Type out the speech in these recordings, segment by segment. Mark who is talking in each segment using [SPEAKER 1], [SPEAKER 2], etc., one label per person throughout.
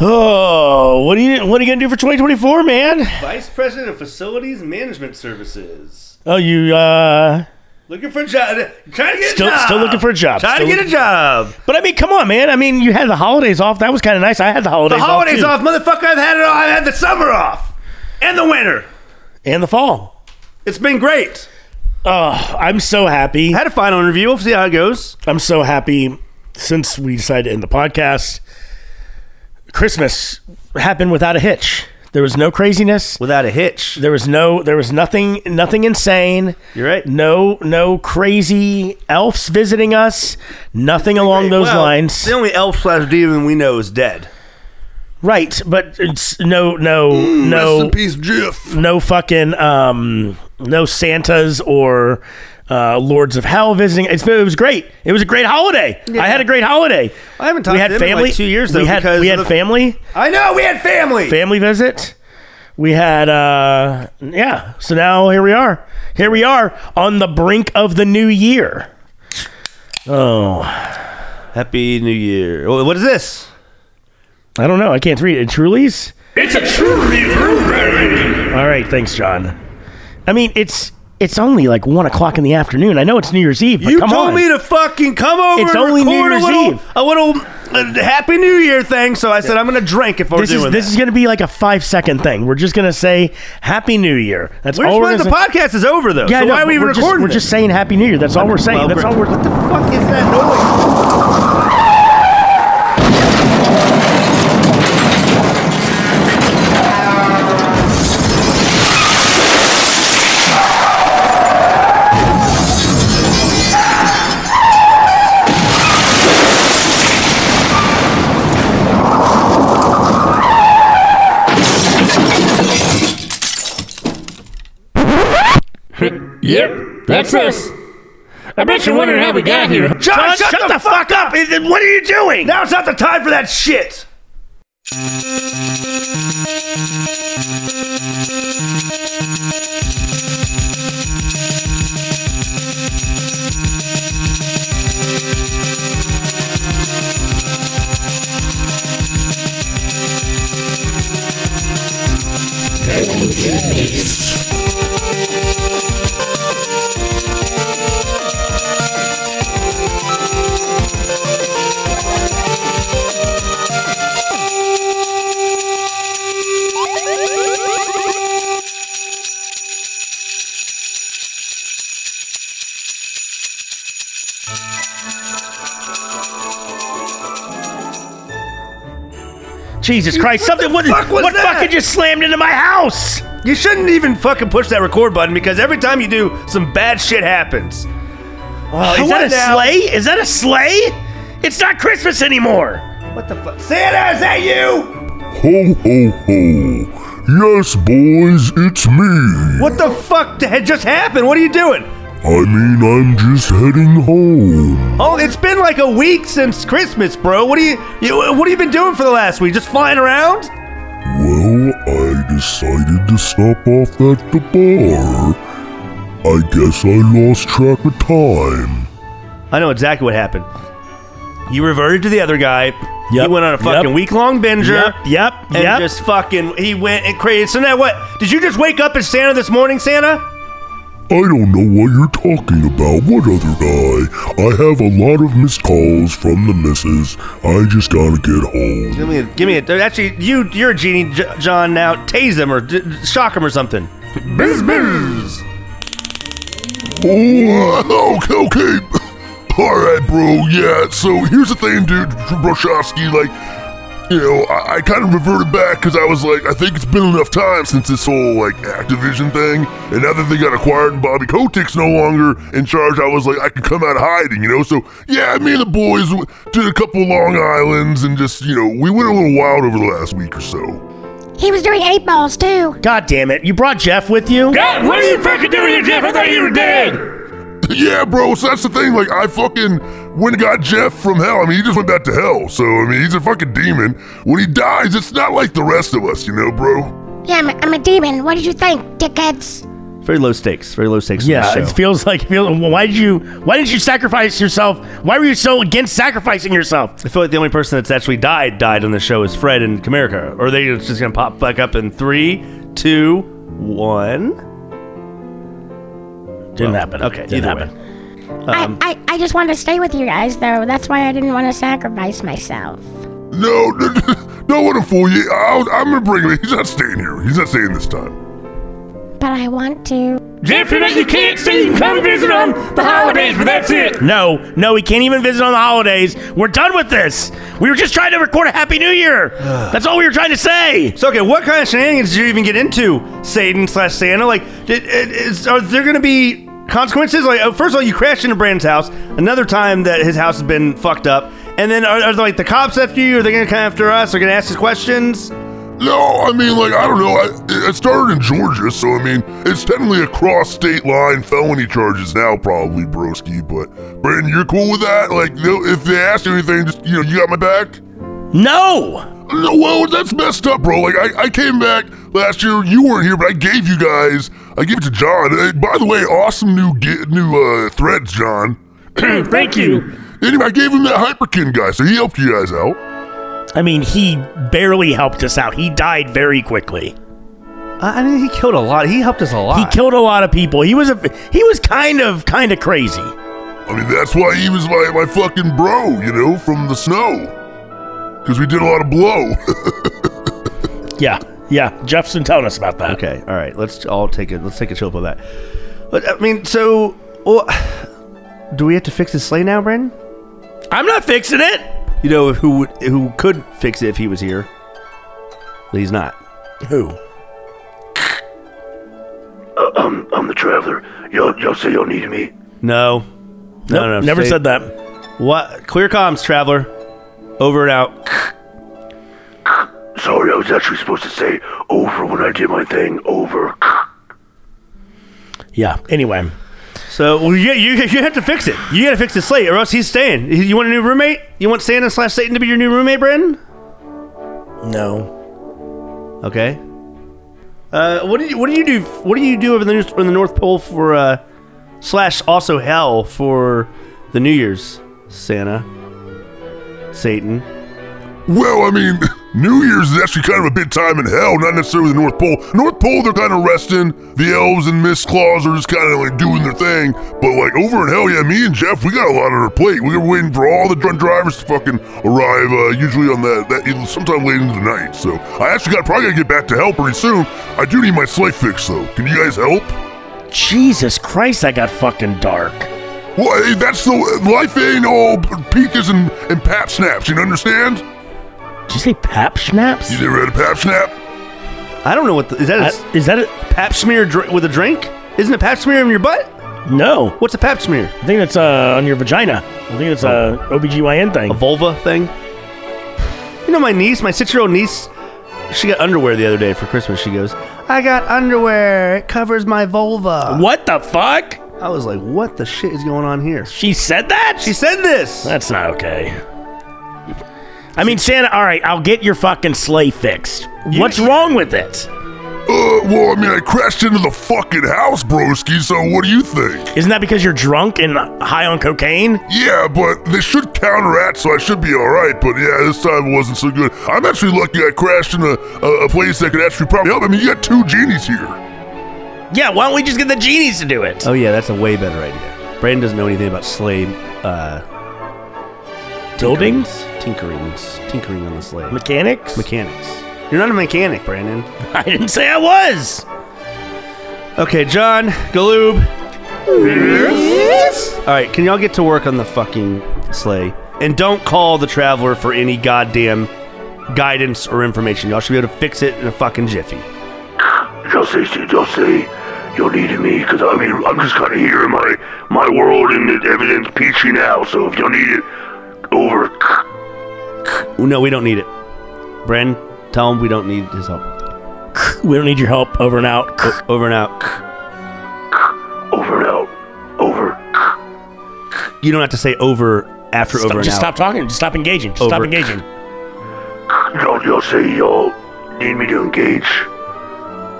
[SPEAKER 1] Oh, what are you what are you gonna do for 2024, man?
[SPEAKER 2] Vice President of Facilities Management Services.
[SPEAKER 1] Oh, you uh,
[SPEAKER 2] Looking for a job. Trying to get
[SPEAKER 1] Still-
[SPEAKER 2] a job.
[SPEAKER 1] still looking for a job.
[SPEAKER 2] Trying
[SPEAKER 1] Still
[SPEAKER 2] to get a
[SPEAKER 1] looking-
[SPEAKER 2] job.
[SPEAKER 1] but I mean, come on, man. I mean, you had the holidays off. That was kind of nice. I had the holidays.
[SPEAKER 2] The holidays
[SPEAKER 1] too.
[SPEAKER 2] off, motherfucker. I've had it all. I've had the summer off and the winter.
[SPEAKER 1] and the fall.
[SPEAKER 2] It's been great.
[SPEAKER 1] Oh, I'm so happy.
[SPEAKER 2] I had a final interview. We'll see how it goes.
[SPEAKER 1] I'm so happy since we decided to end the podcast. Christmas happened without a hitch. There was no craziness.
[SPEAKER 2] Without a hitch.
[SPEAKER 1] There was no there was nothing nothing insane.
[SPEAKER 2] You're right.
[SPEAKER 1] No no crazy elves visiting us. Nothing along those
[SPEAKER 2] Well,
[SPEAKER 1] lines.
[SPEAKER 2] The only elf slash demon we know is dead.
[SPEAKER 1] Right, but it's no no no
[SPEAKER 2] Mm, peace, Jeff.
[SPEAKER 1] no fucking um no Santas or uh, Lords of Hell visiting. It's been, it was great. It was a great holiday. I had a great holiday.
[SPEAKER 2] I haven't talked
[SPEAKER 1] we had
[SPEAKER 2] to them in,
[SPEAKER 1] family
[SPEAKER 2] like, two years, though,
[SPEAKER 1] We had
[SPEAKER 2] because
[SPEAKER 1] we
[SPEAKER 2] of
[SPEAKER 1] had
[SPEAKER 2] the-
[SPEAKER 1] family
[SPEAKER 2] I know. We had family.
[SPEAKER 1] family visit. We had uh yeah. So now here we are. Here we are on the brink of the new year. Oh,
[SPEAKER 2] Happy New Year. Wh- What is this?
[SPEAKER 1] I don't know. I can't read it. Truly's.
[SPEAKER 3] It's a true review.
[SPEAKER 1] All right, thanks, John. I mean, it's it's only like one o'clock in the afternoon. I know it's New Year's Eve, but
[SPEAKER 2] You
[SPEAKER 1] come
[SPEAKER 2] told
[SPEAKER 1] on.
[SPEAKER 2] me to fucking come over
[SPEAKER 1] It's
[SPEAKER 2] and
[SPEAKER 1] only New
[SPEAKER 2] record
[SPEAKER 1] Year's
[SPEAKER 2] a little,
[SPEAKER 1] Eve.
[SPEAKER 2] a little uh, Happy New Year thing. So I said I'm gonna drink if we're
[SPEAKER 1] this
[SPEAKER 2] doing
[SPEAKER 1] is this
[SPEAKER 2] that.
[SPEAKER 1] is going to be like a five second thing. We're just going to say Happy New Year. That's
[SPEAKER 2] We're
[SPEAKER 1] all
[SPEAKER 2] just
[SPEAKER 1] we're
[SPEAKER 2] playing-
[SPEAKER 1] gonna
[SPEAKER 2] the
[SPEAKER 1] say.
[SPEAKER 2] podcast is over though.
[SPEAKER 1] Yeah,
[SPEAKER 2] so
[SPEAKER 1] no,
[SPEAKER 2] why are we
[SPEAKER 1] we're
[SPEAKER 2] recording?
[SPEAKER 1] Just, we're
[SPEAKER 2] it?
[SPEAKER 1] just saying Happy New Year. That's all we're saying.
[SPEAKER 2] Well,
[SPEAKER 1] That's all we're.
[SPEAKER 2] What the fuck is that noise?
[SPEAKER 3] Yep, that's us. I bet you're wondering how we got here.
[SPEAKER 2] John, shut, the, fuck up! It- it- What are you doing? Now it's not the time for that shit.
[SPEAKER 1] Jesus Christ!
[SPEAKER 2] what the
[SPEAKER 1] Something. What,
[SPEAKER 2] fuck was
[SPEAKER 1] what
[SPEAKER 2] that?
[SPEAKER 1] fucking just slammed into my house?
[SPEAKER 2] You shouldn't even fucking push that record button because every time you do, some bad shit happens.
[SPEAKER 1] Oh, is
[SPEAKER 2] what
[SPEAKER 1] that a
[SPEAKER 2] now?
[SPEAKER 1] sleigh? Is that a sleigh? It's not Christmas anymore.
[SPEAKER 2] What the fuck? Santa, is that you?
[SPEAKER 4] Ho ho ho! Yes, boys, it's me.
[SPEAKER 2] What the fuck the- had just happened? What are you doing?
[SPEAKER 4] I mean, I'm just heading home.
[SPEAKER 2] Oh, it's been like a week since Christmas, bro. What are you, you what have you been doing for the last week? Just flying around?
[SPEAKER 4] Well, I decided to stop off at the bar. I guess I lost track of time.
[SPEAKER 2] I know exactly what happened. You reverted to the other guy.
[SPEAKER 1] Yep.
[SPEAKER 2] He went on a fucking
[SPEAKER 1] Yep.
[SPEAKER 2] week long
[SPEAKER 1] Yep.
[SPEAKER 2] binger.
[SPEAKER 1] Yep.
[SPEAKER 2] And
[SPEAKER 1] yep.
[SPEAKER 2] just fucking, he went and crazy. So now what? Did you just wake up as Santa this morning, Santa?
[SPEAKER 4] I don't know what you're talking about. What other guy? I have a lot of missed calls from the missus. I just gotta get home.
[SPEAKER 2] Give me a, give me a, actually, you, you're a genie, J- John, now. Tase him or d- d- shock him or something.
[SPEAKER 4] Oh, uh, okay, okay. All right, bro. Yeah. So here's the thing, dude. Broshowski, like, you know, I, I kind of reverted back because I was like, I think it's been enough time since this whole like Activision thing, and now that they got acquired and Bobby Kotick's no longer in charge, I was like, I could come out of hiding, you know. So yeah, me and the boys w- did a couple Long Islands and just, you know, we went a little wild over the last week or so.
[SPEAKER 5] He was doing eight balls too.
[SPEAKER 1] God damn it! You brought Jeff with you.
[SPEAKER 3] God, what are you fucking doing here, Jeff? I thought you were dead.
[SPEAKER 4] Yeah, bro. So that's the thing. Like, I fucking went and got Jeff from hell. I mean, he just went back to hell. So I mean, he's a fucking demon. When he dies, it's not like the rest of us, you know, bro.
[SPEAKER 5] Yeah, I'm a, I'm a demon. What did you think, dickheads?
[SPEAKER 2] Very low stakes. Very low stakes. Yeah,
[SPEAKER 1] Yeah, it feels like feel, why did you why did you sacrifice yourself? Why were you so against sacrificing yourself?
[SPEAKER 2] I feel like the only person that's actually died died on the show is Fred and Comerica. Or are they just gonna pop back up in three, two, one?
[SPEAKER 1] Didn't happen.
[SPEAKER 2] Okay,
[SPEAKER 1] didn't
[SPEAKER 2] either
[SPEAKER 1] happen.
[SPEAKER 2] way.
[SPEAKER 5] I, I, I just wanted to stay with you guys, though. That's why I didn't want to sacrifice myself.
[SPEAKER 4] No, no, don't want to fool you. I'll, I'm gonna bring him. He's not staying here. He's not staying this time.
[SPEAKER 5] But I want to.
[SPEAKER 3] Jeffrey, that you can't see, you can come visit on the holidays, but that's it.
[SPEAKER 1] No, no, we can't even visit on the holidays. We're done with this. We were just trying to record a happy new year. That's all we were trying to say.
[SPEAKER 2] So okay, what kind of shenanigans did you even get into, Satan slash Santa? Like, did, it, is, are there gonna be consequences? Like, oh, first of all, you crashed into Brandon's house. Another time that his house has been fucked up. And then are, are like the cops after you? Are they gonna come after us? Are they gonna ask us questions?
[SPEAKER 4] No, I mean, like, I don't know. I, it started in Georgia, so I mean, it's technically a cross state line felony charges now, probably, broski. But, Brandon, you're cool with that? Like, no, if they ask you anything, just, you know, you got my back?
[SPEAKER 1] No.
[SPEAKER 4] No, well, that's messed up, bro. Like, I, I came back last year. You weren't here, but I gave you guys. I gave it to John. Uh, by the way, awesome new ge- new uh, threads, John.
[SPEAKER 3] Thank you.
[SPEAKER 4] Anyway, I gave him that Hyperkin guy, so he helped you guys out.
[SPEAKER 1] I mean, he barely helped us out. He died very quickly.
[SPEAKER 2] I I mean, he killed a lot. He helped us a lot.
[SPEAKER 1] He killed a lot of people. He was a he was kind of kind of crazy.
[SPEAKER 4] I mean, that's why he was my, my fucking bro, you know, from the snow. Because we did a lot of blow.
[SPEAKER 1] Yeah. Yeah. Jeff's been telling us about that.
[SPEAKER 2] Okay, all right. Let's all take a let's take a chill of that. But I mean, so well, do we have to fix his sleigh now, Brandon?
[SPEAKER 1] I'm not fixing it.
[SPEAKER 2] You know who would who could fix it if he was here, but he's not.
[SPEAKER 1] Who?
[SPEAKER 6] I'm the traveler. Y'all, y'all say y'all need me.
[SPEAKER 2] No, no,
[SPEAKER 1] Nope,
[SPEAKER 2] no.
[SPEAKER 1] Never
[SPEAKER 2] stay-
[SPEAKER 1] said that.
[SPEAKER 2] What? Clear comms, traveler. Over and out.
[SPEAKER 6] Sorry, I was actually supposed to say over when I did my thing. Over.
[SPEAKER 1] Yeah. Anyway.
[SPEAKER 2] So well, yeah, you you have to fix it. You got to fix his slate, or else he's staying. You want a new roommate? You want Santa slash Satan to be your new roommate, Brandon?
[SPEAKER 1] No.
[SPEAKER 2] Okay. Uh, what do you what do you do what do you do over the New- in the North Pole for uh, slash also hell for the New Year's Santa Satan?
[SPEAKER 4] well, I mean, New Year's is actually kind of a big time in hell, not necessarily the North Pole. North Pole, they're kind of resting. The elves and Miss Claus are just kind of like doing their thing. But, like, over in hell, yeah, me and Jeff, we got a lot on our plate. We were waiting for all the drunk drivers to fucking arrive, uh, usually on that, that sometime late into the night. So, I actually got probably got to get back to hell pretty soon. I do need my sleigh fixed, though. Can you guys help?
[SPEAKER 1] Jesus Christ, I got fucking dark.
[SPEAKER 4] Well, hey, that's the life ain't all peaches and, and pap snaps. You understand?
[SPEAKER 1] Did you say pap schnapps?
[SPEAKER 4] You never had a pap snap?
[SPEAKER 2] I don't know what the, is that a
[SPEAKER 1] I-
[SPEAKER 2] s-
[SPEAKER 1] is that a
[SPEAKER 2] pap smear dr- with a drink? Isn't a pap smear in your butt?
[SPEAKER 1] no?
[SPEAKER 2] What's a pap smear?
[SPEAKER 1] I think that's uh, on your vagina. I think it's a OBGYN
[SPEAKER 2] Oh. A
[SPEAKER 1] thing.
[SPEAKER 2] vulva thing? You know my niece, my six year old niece. She got underwear the other day for Christmas. She goes, "I got underwear. It covers my vulva."
[SPEAKER 1] What the fuck?
[SPEAKER 2] I was like, "What the shit is going on here?"
[SPEAKER 1] She said that?
[SPEAKER 2] She said this.
[SPEAKER 1] That's not okay. I mean, Santa, all right, I'll get your fucking sleigh fixed. What's wrong with it?
[SPEAKER 4] Uh, well, I mean, I crashed into the fucking house, broski. So what do you think?
[SPEAKER 1] Isn't that because you're drunk and high on cocaine?
[SPEAKER 4] Yeah, but they should counteract, so I should be all right. But yeah, this time it wasn't so good. I'm actually lucky I crashed in a, a, a place that could actually probably help. I mean, you got two genies here.
[SPEAKER 1] Yeah, why don't we just get the genies to do it?
[SPEAKER 2] Oh yeah, that's a way better idea. Brandon doesn't know anything about sleigh uh,
[SPEAKER 1] Buildings?
[SPEAKER 2] tinkerings, tinkering on the sleigh,
[SPEAKER 1] Mechanics?
[SPEAKER 2] mechanics. You're not a mechanic, Brandon.
[SPEAKER 1] I didn't say I was.
[SPEAKER 2] Okay, John Galoob. All right, can y'all get to work on the fucking sleigh? And don't call the traveler for any goddamn guidance or information. Y'all should be able to fix it in a fucking jiffy.
[SPEAKER 6] Y'all say, y'all say, y'all needed me because I mean I'm just kind of here in my my world and it, everything's peachy now. So if y'all need it, over.
[SPEAKER 2] No, we don't need it. Brandon, tell him we don't need his help.
[SPEAKER 1] We don't need your help over and out.
[SPEAKER 2] Over and out.
[SPEAKER 6] Over and out. Over.
[SPEAKER 2] You don't have to say over after over and
[SPEAKER 1] just stop
[SPEAKER 2] out.
[SPEAKER 1] talking. Just stop engaging. Just stop
[SPEAKER 2] Over.
[SPEAKER 1] engaging.
[SPEAKER 6] Y'all, y'all say y'all need me to engage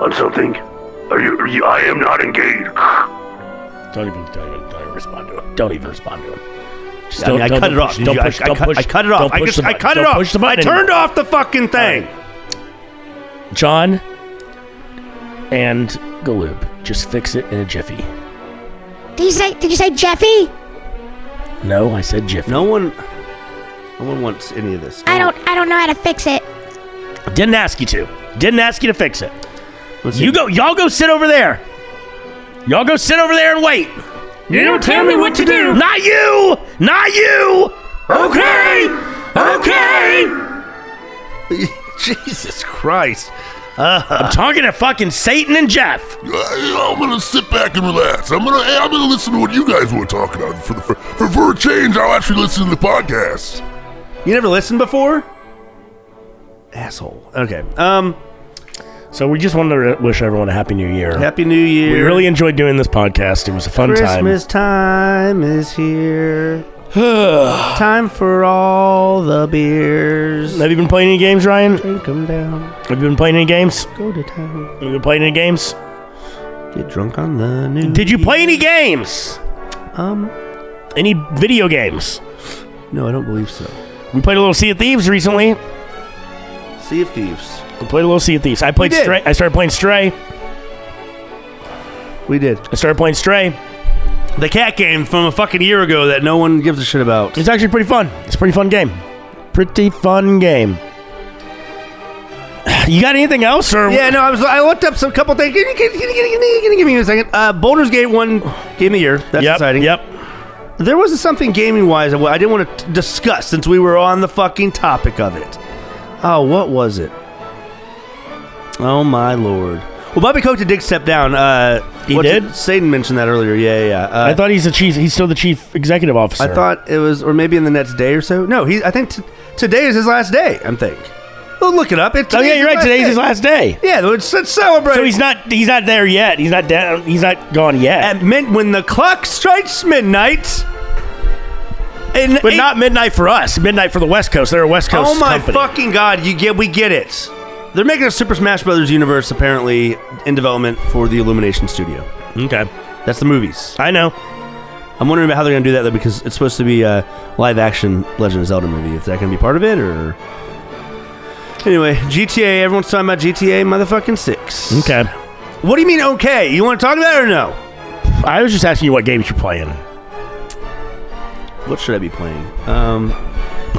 [SPEAKER 6] on something. Are you, are you? I am not engaged.
[SPEAKER 1] Don't even, don't even, don't even respond to him. Don't even respond to him. Just
[SPEAKER 2] I, mean, I
[SPEAKER 1] don't-
[SPEAKER 2] cut
[SPEAKER 1] don't
[SPEAKER 2] it off.
[SPEAKER 1] push-
[SPEAKER 2] Did
[SPEAKER 1] Don't
[SPEAKER 2] you- I-
[SPEAKER 1] push.
[SPEAKER 2] I,
[SPEAKER 1] Don't
[SPEAKER 2] cut-
[SPEAKER 1] push.
[SPEAKER 2] I cut it
[SPEAKER 1] don't
[SPEAKER 2] off. I
[SPEAKER 1] push
[SPEAKER 2] just
[SPEAKER 1] the
[SPEAKER 2] I
[SPEAKER 1] button.
[SPEAKER 2] cut it
[SPEAKER 1] Don't
[SPEAKER 2] off.
[SPEAKER 1] push the
[SPEAKER 2] I
[SPEAKER 1] button
[SPEAKER 2] turned
[SPEAKER 1] anymore.
[SPEAKER 2] off the fucking thing.
[SPEAKER 1] John and Galoob. Just fix it in a jiffy.
[SPEAKER 5] Did you say? Did you say Jeffy?
[SPEAKER 1] No, I said jiffy.
[SPEAKER 2] No one, no one wants any of this.
[SPEAKER 5] I don't. I don't know how to fix it.
[SPEAKER 1] Didn't ask you to. Didn't ask you to fix it.
[SPEAKER 2] Let's see.
[SPEAKER 1] You go. Y'all go sit over there. Y'all go sit over there and wait.
[SPEAKER 3] You don't tell me what to do.
[SPEAKER 1] Not you. Not you.
[SPEAKER 3] Okay. Okay.
[SPEAKER 2] Jesus Christ.
[SPEAKER 1] I'm
[SPEAKER 2] Uh.
[SPEAKER 1] talking to fucking Satan and Jeff.
[SPEAKER 4] I, Uh, I'm gonna sit back and relax. I'm gonna I'm gonna listen to what you guys were talking about. For the for, for, for a change, I'll actually listen to the podcast.
[SPEAKER 2] You never listened before? Asshole. Okay. Um.
[SPEAKER 1] So we just wanted to re- wish everyone a happy new year.
[SPEAKER 2] Happy New Year.
[SPEAKER 1] We really enjoyed doing this podcast. It was a fun
[SPEAKER 2] Christmas time is here. time for all the beers.
[SPEAKER 1] time. Have you been playing any games, Ryan? Have
[SPEAKER 2] Drink 'em down.
[SPEAKER 1] you been playing any games?
[SPEAKER 2] Go to town.
[SPEAKER 1] Have you been playing any games?
[SPEAKER 2] Get drunk on the new.
[SPEAKER 1] Did you play any games?
[SPEAKER 2] Um.
[SPEAKER 1] Any video games?
[SPEAKER 2] No, I don't believe so.
[SPEAKER 1] We played a little Sea of Thieves recently.
[SPEAKER 2] Sea of Thieves.
[SPEAKER 1] We played a little Sea of Thieves. I played
[SPEAKER 2] We did.
[SPEAKER 1] Stray. I started playing Stray.
[SPEAKER 2] We did.
[SPEAKER 1] I started playing Stray.
[SPEAKER 2] The cat game from a fucking year ago that no one gives a shit about.
[SPEAKER 1] It's actually pretty fun. It's a pretty fun game. Pretty fun game. You got anything else? Or
[SPEAKER 2] Yeah, no, I was. I looked up some couple things. Can you, can you- can you- can you- can you give me a second? Uh, Boulder's Gate won game of the year. That's
[SPEAKER 1] Yep.
[SPEAKER 2] exciting.
[SPEAKER 1] Yep.
[SPEAKER 2] There was something gaming wise I didn't want to discuss since we were on the fucking topic of it. Oh, what was it? Oh my lord. Well, Bobby Kotick did step down. Uh,
[SPEAKER 1] He
[SPEAKER 2] what's
[SPEAKER 1] did?
[SPEAKER 2] It? Satan mentioned that earlier. Yeah, yeah. yeah. Uh,
[SPEAKER 1] I thought he's the chief. He's still the chief executive officer.
[SPEAKER 2] I thought it was, or maybe in the next day or so. No, he. I think t- today is his last day. I'm think. Well, look it up. It's
[SPEAKER 1] Oh yeah, you're right. Today's his last day.
[SPEAKER 2] Yeah, let's, let's celebrate.
[SPEAKER 1] So he's not. He's not there yet. He's not down. He's not gone yet.
[SPEAKER 2] at min- when the clock strikes midnight. And
[SPEAKER 1] but not midnight for us. Midnight for the West Coast. They're a West Coast
[SPEAKER 2] Oh my
[SPEAKER 1] company.
[SPEAKER 2] fucking god! You get we get it. They're making a Super Smash Brothers universe apparently in development for the Illumination Studio.
[SPEAKER 1] Okay.
[SPEAKER 2] That's the movies.
[SPEAKER 1] I know.
[SPEAKER 2] I'm wondering about how they're gonna do that though, because it's supposed to be a live action Legend of Zelda movie. Is that gonna be part of it or? Anyway, GTA. Everyone's talking about GTA motherfucking six.
[SPEAKER 1] Okay.
[SPEAKER 2] What do you mean? Okay, you want to talk about it or no?
[SPEAKER 1] I was just asking you what games you're playing.
[SPEAKER 2] What should I be playing? Um,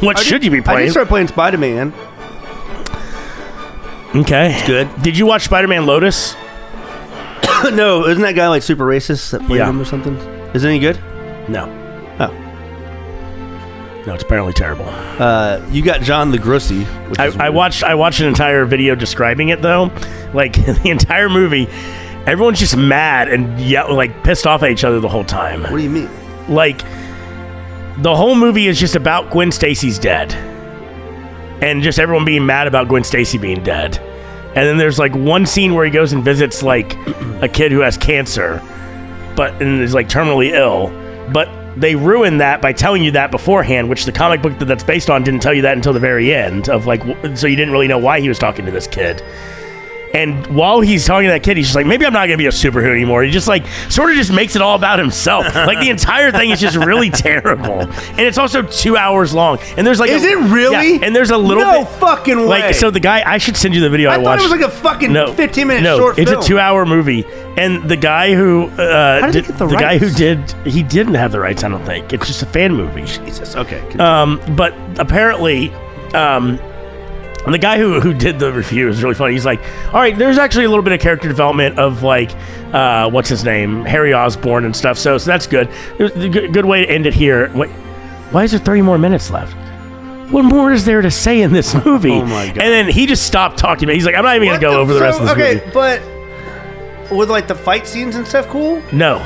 [SPEAKER 1] What
[SPEAKER 2] I
[SPEAKER 1] should
[SPEAKER 2] did-
[SPEAKER 1] you be
[SPEAKER 2] I
[SPEAKER 1] playing?
[SPEAKER 2] did start playing Spider Man.
[SPEAKER 1] okay.
[SPEAKER 2] good.
[SPEAKER 1] Did you watch Spider-Man Lotus?
[SPEAKER 2] no, isn't that guy like super racist that played
[SPEAKER 1] Yeah.
[SPEAKER 2] him or something? Is it any good?
[SPEAKER 1] No.
[SPEAKER 2] Oh.
[SPEAKER 1] No, it's apparently terrible.
[SPEAKER 2] Uh, you got John Legrossi. Which is
[SPEAKER 1] I, I
[SPEAKER 2] weird.
[SPEAKER 1] watched I watched an entire video describing it though, like the entire movie. Everyone's just mad and yell, like pissed off at each other the whole
[SPEAKER 2] What
[SPEAKER 1] time.
[SPEAKER 2] do you mean?
[SPEAKER 1] Like the whole movie is just about Gwen Stacy's dead, and just everyone being mad about Gwen Stacy being dead. And then there's like one scene where he goes and visits like a kid who has cancer, but and is like terminally ill. But they ruin that by telling you that beforehand, which the comic book that that's based on didn't tell you that until the very end of like, w- so you didn't really know why he was talking to this kid. And while he's talking to that kid, he's just like, maybe I'm not gonna be a superhero anymore. He just like sort of just makes it all about himself. like the entire thing is just really terrible, and it's also two hours long. And there's like,
[SPEAKER 2] Is it really?
[SPEAKER 1] Yeah, and there's a little
[SPEAKER 2] No
[SPEAKER 1] bit
[SPEAKER 2] fucking way.
[SPEAKER 1] Like so, the guy I should send you the video I,
[SPEAKER 2] I thought
[SPEAKER 1] watched.
[SPEAKER 2] it was like a fucking
[SPEAKER 1] no,
[SPEAKER 2] 15 minute
[SPEAKER 1] no,
[SPEAKER 2] short
[SPEAKER 1] it's
[SPEAKER 2] film.
[SPEAKER 1] a two-hour movie, and the guy who uh,
[SPEAKER 2] did
[SPEAKER 1] did,
[SPEAKER 2] they get
[SPEAKER 1] the,
[SPEAKER 2] the
[SPEAKER 1] guy who
[SPEAKER 2] rights?
[SPEAKER 1] did he didn't have the rights. I don't think it's just a fan movie.
[SPEAKER 2] Jesus. Okay.
[SPEAKER 1] Um, but apparently, um, the guy who, who did the review is really funny. He's like, all right, there's actually a little bit of character development of like, uh, what's his name, Harry Osborne and stuff. So, so that's good. It was a good, good way to end it here. Wait, why is there 30 more minutes left? What more is there to say in this movie?
[SPEAKER 2] Oh my
[SPEAKER 1] And
[SPEAKER 2] God.
[SPEAKER 1] then he just stopped talking. He's like, I'm not even
[SPEAKER 2] What
[SPEAKER 1] gonna go over the rest
[SPEAKER 2] so-
[SPEAKER 1] of this
[SPEAKER 2] okay,
[SPEAKER 1] movie.
[SPEAKER 2] but with like the fight scenes and stuff, cool.
[SPEAKER 1] No,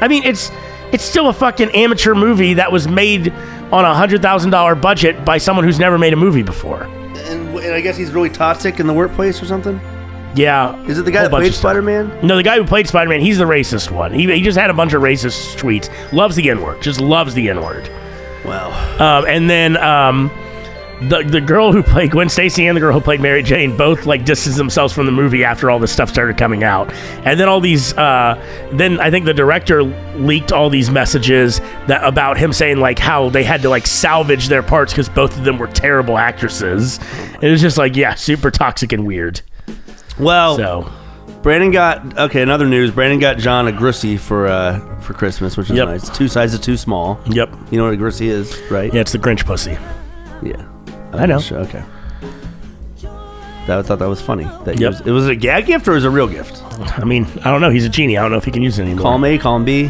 [SPEAKER 1] I mean it's it's still a fucking amateur movie that was made on a hundred thousand dollar budget by someone who's never made a movie before.
[SPEAKER 2] And, and I guess he's really toxic in the workplace or something.
[SPEAKER 1] Yeah.
[SPEAKER 2] Is it the guy
[SPEAKER 1] Whole
[SPEAKER 2] that
[SPEAKER 1] bunch
[SPEAKER 2] played
[SPEAKER 1] of stuff.
[SPEAKER 2] Spider Man?
[SPEAKER 1] No, the guy who played Spider Man, he's the racist one. He, he just had a bunch of racist tweets. Loves the N word. Just loves the N word.
[SPEAKER 2] Wow.
[SPEAKER 1] Um, and then um, the the girl who played Gwen Stacy and the girl who played Mary Jane both like distanced themselves from the movie after all this stuff started coming out, and then all these. Uh, then I think the director leaked all these messages that about him saying like how they had to like salvage their parts because both of them were terrible actresses. It was just like yeah, super toxic and weird.
[SPEAKER 2] Well,
[SPEAKER 1] So
[SPEAKER 2] Brandon got okay. Another news: Brandon got John a grissy for uh for Christmas, which is
[SPEAKER 1] Yep.
[SPEAKER 2] nice. Two sizes too small.
[SPEAKER 1] yep,
[SPEAKER 2] You know what a grissy is, right?
[SPEAKER 1] yeah, it's the Grinch pussy.
[SPEAKER 2] Yeah.
[SPEAKER 1] I know.
[SPEAKER 2] Sure, Okay. That, I thought that was funny. That he
[SPEAKER 1] Yep.
[SPEAKER 2] was, it was a gag gift or is it a real gift?
[SPEAKER 1] I mean, I don't know. He's a genie. I don't know if he can use it anymore.
[SPEAKER 2] Column A, column B.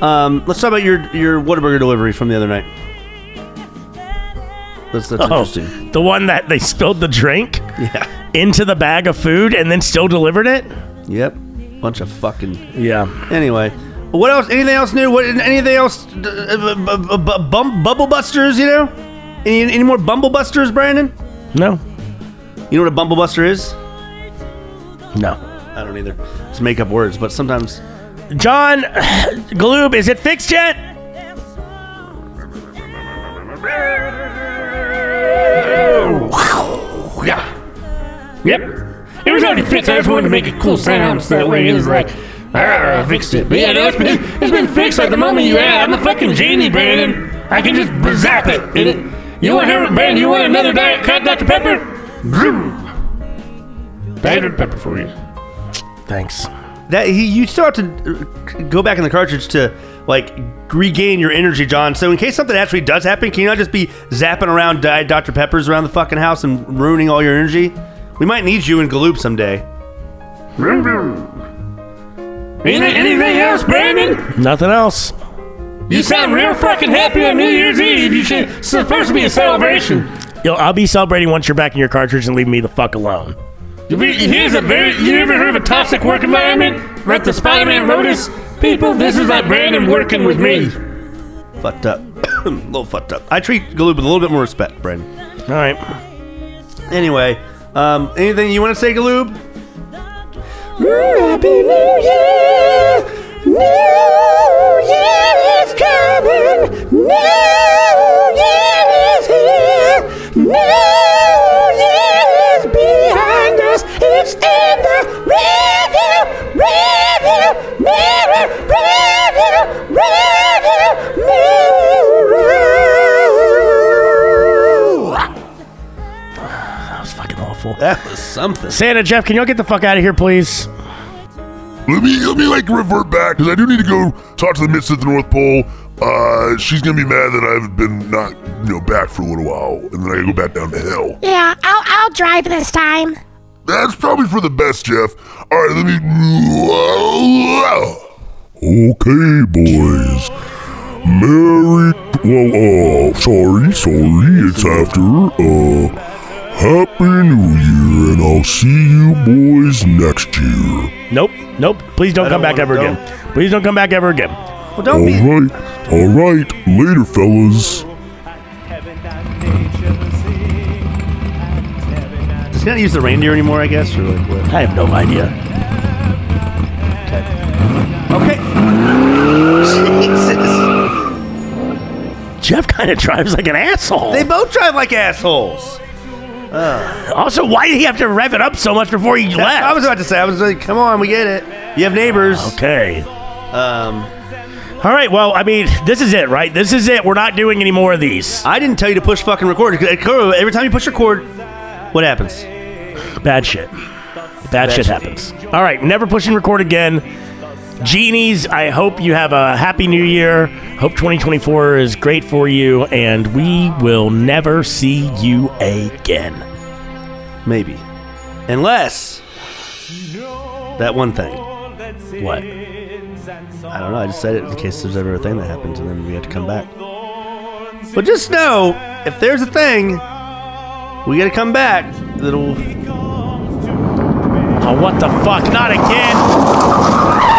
[SPEAKER 2] Um, let's talk about your your Whataburger delivery from the other night. That's, that's
[SPEAKER 1] Oh,
[SPEAKER 2] interesting.
[SPEAKER 1] the one that they spilled the drink
[SPEAKER 2] Yeah.
[SPEAKER 1] into the bag of food and then still delivered it.
[SPEAKER 2] Yep. Bunch of fucking
[SPEAKER 1] Yeah.
[SPEAKER 2] Anyway, what else? Anything else new? What? Anything else? D- uh, bu- bu- bu- bum- Bubble busters, you know? Any, any more bumble busters, Brandon?
[SPEAKER 1] No.
[SPEAKER 2] You know what a bumble buster is?
[SPEAKER 1] No.
[SPEAKER 2] I don't either. It's make up words, but sometimes
[SPEAKER 1] John Gloob, is it fixed yet?
[SPEAKER 3] Yep. It was already fixed. I just wanted to make a cool sound so that way it was like, ah, I fixed it. But yeah, no, it's been, it's been fixed like the moment you had. I'm the fucking genie, Brandon. I can just zap it. And it you want her, Brandon? You want another Diet Coke, Dr. Pepper? Vroom. Diet Pepper for you.
[SPEAKER 1] Thanks.
[SPEAKER 2] that he, you still have to uh, go back in the cartridge to like regain your energy, John. So in case something actually does happen, can you not just be zapping around Diet Dr Peppers around the fucking house and ruining all your energy? We might need you in Galoob someday.
[SPEAKER 3] Vroom, vroom. Anything, anything else, Brandon?
[SPEAKER 1] Nothing else.
[SPEAKER 3] You sound real fucking happy on New Year's Eve. You should. It's supposed to be a celebration.
[SPEAKER 1] Yo, I'll be celebrating once you're back in your cartridge and leave me the fuck alone.
[SPEAKER 3] You be- Here's a very. You ever heard of a toxic work environment? Like the Spider Man wrote us? People, this is like Brandon working with me.
[SPEAKER 2] Fucked up. a little fucked up. I treat Galoob with a little bit more respect, Brandon.
[SPEAKER 1] All right.
[SPEAKER 2] Anyway, um, anything you want to say, Galoob?
[SPEAKER 1] That was fucking awful.
[SPEAKER 2] That was something.
[SPEAKER 1] Santa Jeff, can y'all get the fuck out of here, please?
[SPEAKER 4] Let me let me like revert back because I do need to go talk to the midst at the North Pole. Uh, she's gonna be mad that I've been not you know back for a little while, and then I go back down to hell.
[SPEAKER 5] Yeah, I'll I'll drive this time.
[SPEAKER 4] That's probably for the best, Jeff. All right, let me. Okay, boys. Merry. Well, uh, sorry, sorry. It's after. Uh, Happy New Year, and I'll see you boys next year.
[SPEAKER 1] Nope. Nope. Please don't
[SPEAKER 2] I
[SPEAKER 1] come
[SPEAKER 2] don't
[SPEAKER 1] back ever
[SPEAKER 2] wanna go.
[SPEAKER 1] again. Please don't come back ever again.
[SPEAKER 2] Well, don't
[SPEAKER 4] All
[SPEAKER 2] be.
[SPEAKER 4] right, all right. Later, fellas.
[SPEAKER 2] Does he not use the reindeer anymore? I guess. Or like what?
[SPEAKER 1] I have no idea.
[SPEAKER 2] Okay. Jesus.
[SPEAKER 1] Jeff kind of drives like an asshole.
[SPEAKER 2] They both drive like assholes.
[SPEAKER 1] also, why did he have to rev it up so much before he
[SPEAKER 2] That's
[SPEAKER 1] left?
[SPEAKER 2] what I was about to say. I was like, come on, we get it. You have neighbors.
[SPEAKER 1] okay.
[SPEAKER 2] Um,
[SPEAKER 1] All right. Well, I mean, this is it, right? This is it. We're not doing any more of these.
[SPEAKER 2] I didn't tell you to push fucking record. 'cause Every time you push record, what happens?
[SPEAKER 1] Bad shit. Bad, shit
[SPEAKER 2] shit.
[SPEAKER 1] happens. All right. Never pushing record again. Genies, I hope you have a happy new year. Hope 2024 is great for you, and we will never see you again.
[SPEAKER 2] Maybe, unless that one thing.
[SPEAKER 1] What?
[SPEAKER 2] I don't know. I just said it in case there's ever a thing that happens, and then we have to come back. But just know, if there's a thing, we got to come back. That'll
[SPEAKER 1] Oh, what the fuck? Not again.